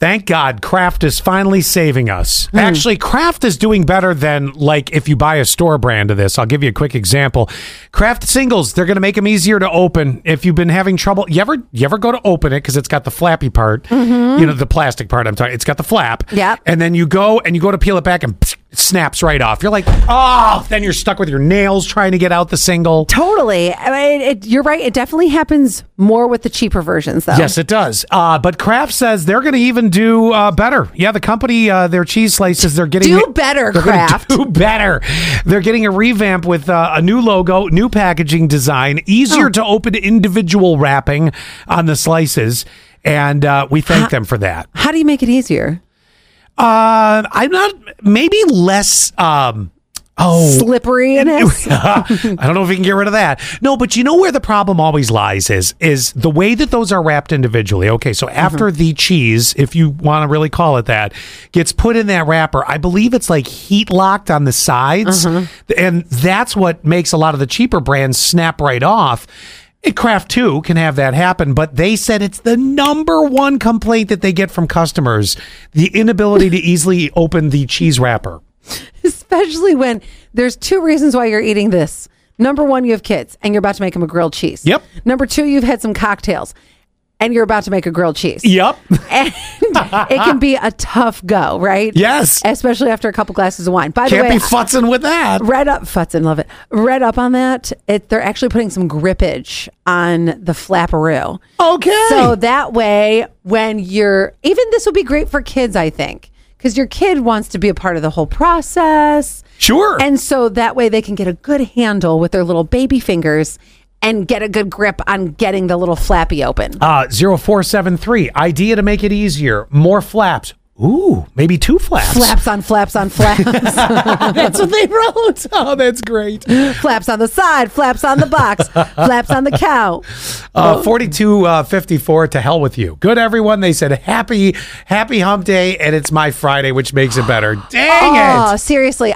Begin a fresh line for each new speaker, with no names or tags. Thank God, Kraft is finally saving us. Actually, Kraft is doing better than like if you buy a store brand of this. I'll give you a quick example. Kraft singles, they're going to make them easier to open. If you've been having trouble, you ever you ever go to open it because it's got the flappy part, you know, the plastic part. I'm talking, it's got the flap.
Yep.
And then you go and you go to peel it back and it snaps right off. You're like, oh, then you're stuck with your nails trying to get out the single.
Totally. I mean, it, you're right. It definitely happens more with the cheaper versions, though.
Yes, it does. Uh, but Kraft says they're going to even do uh, better. Yeah, the company, uh, their cheese slices, they're getting
Do better,
they're gonna
Kraft.
Do better. They're getting a revamp with uh, a new logo, new packaging design, easier to open individual wrapping on the slices, and uh, we thank them for that.
How do you make it easier?
Uh, I'm not maybe less. Um, oh,
Slippery in it.
I don't know if we can get rid of that. No, but you know where the problem always lies is is the way that those are wrapped individually. Okay, so after the cheese, if you want to really call it that, gets put in that wrapper, I believe it's like heat locked on the sides, and that's what makes a lot of the cheaper brands snap right off. And Kraft too can have that happen, but they said it's the number one complaint that they get from customers: the inability to easily open the cheese wrapper.
Especially when there's two reasons why you're eating this. Number one, you have kids and you're about to make them a grilled cheese.
Yep.
Number two, you've had some cocktails and you're about to make a grilled cheese.
Yep.
And it can be a tough go, right?
Yes.
Especially after a couple glasses of wine. By the
Can't
way,
be futzing with that.
read up Futzin, love it. Read up on that. It, they're actually putting some grippage on the flapperoo.
Okay.
So that way, when you're even this would be great for kids, I think, because your kid wants to be a part of the whole process,
sure.
and so that way they can get a good handle with their little baby fingers and get a good grip on getting the little flappy open.
uh, 0473, idea to make it easier. More flaps. Ooh, maybe two flaps.
Flaps on flaps on flaps,
that's what they wrote. Oh, that's great.
flaps on the side, flaps on the box, flaps on the cow.
Uh,
Oh.
42 uh, 54, to hell with you. Good, everyone. They said happy, happy hump day, and it's my Friday, which makes it better. Dang it.
Oh, seriously,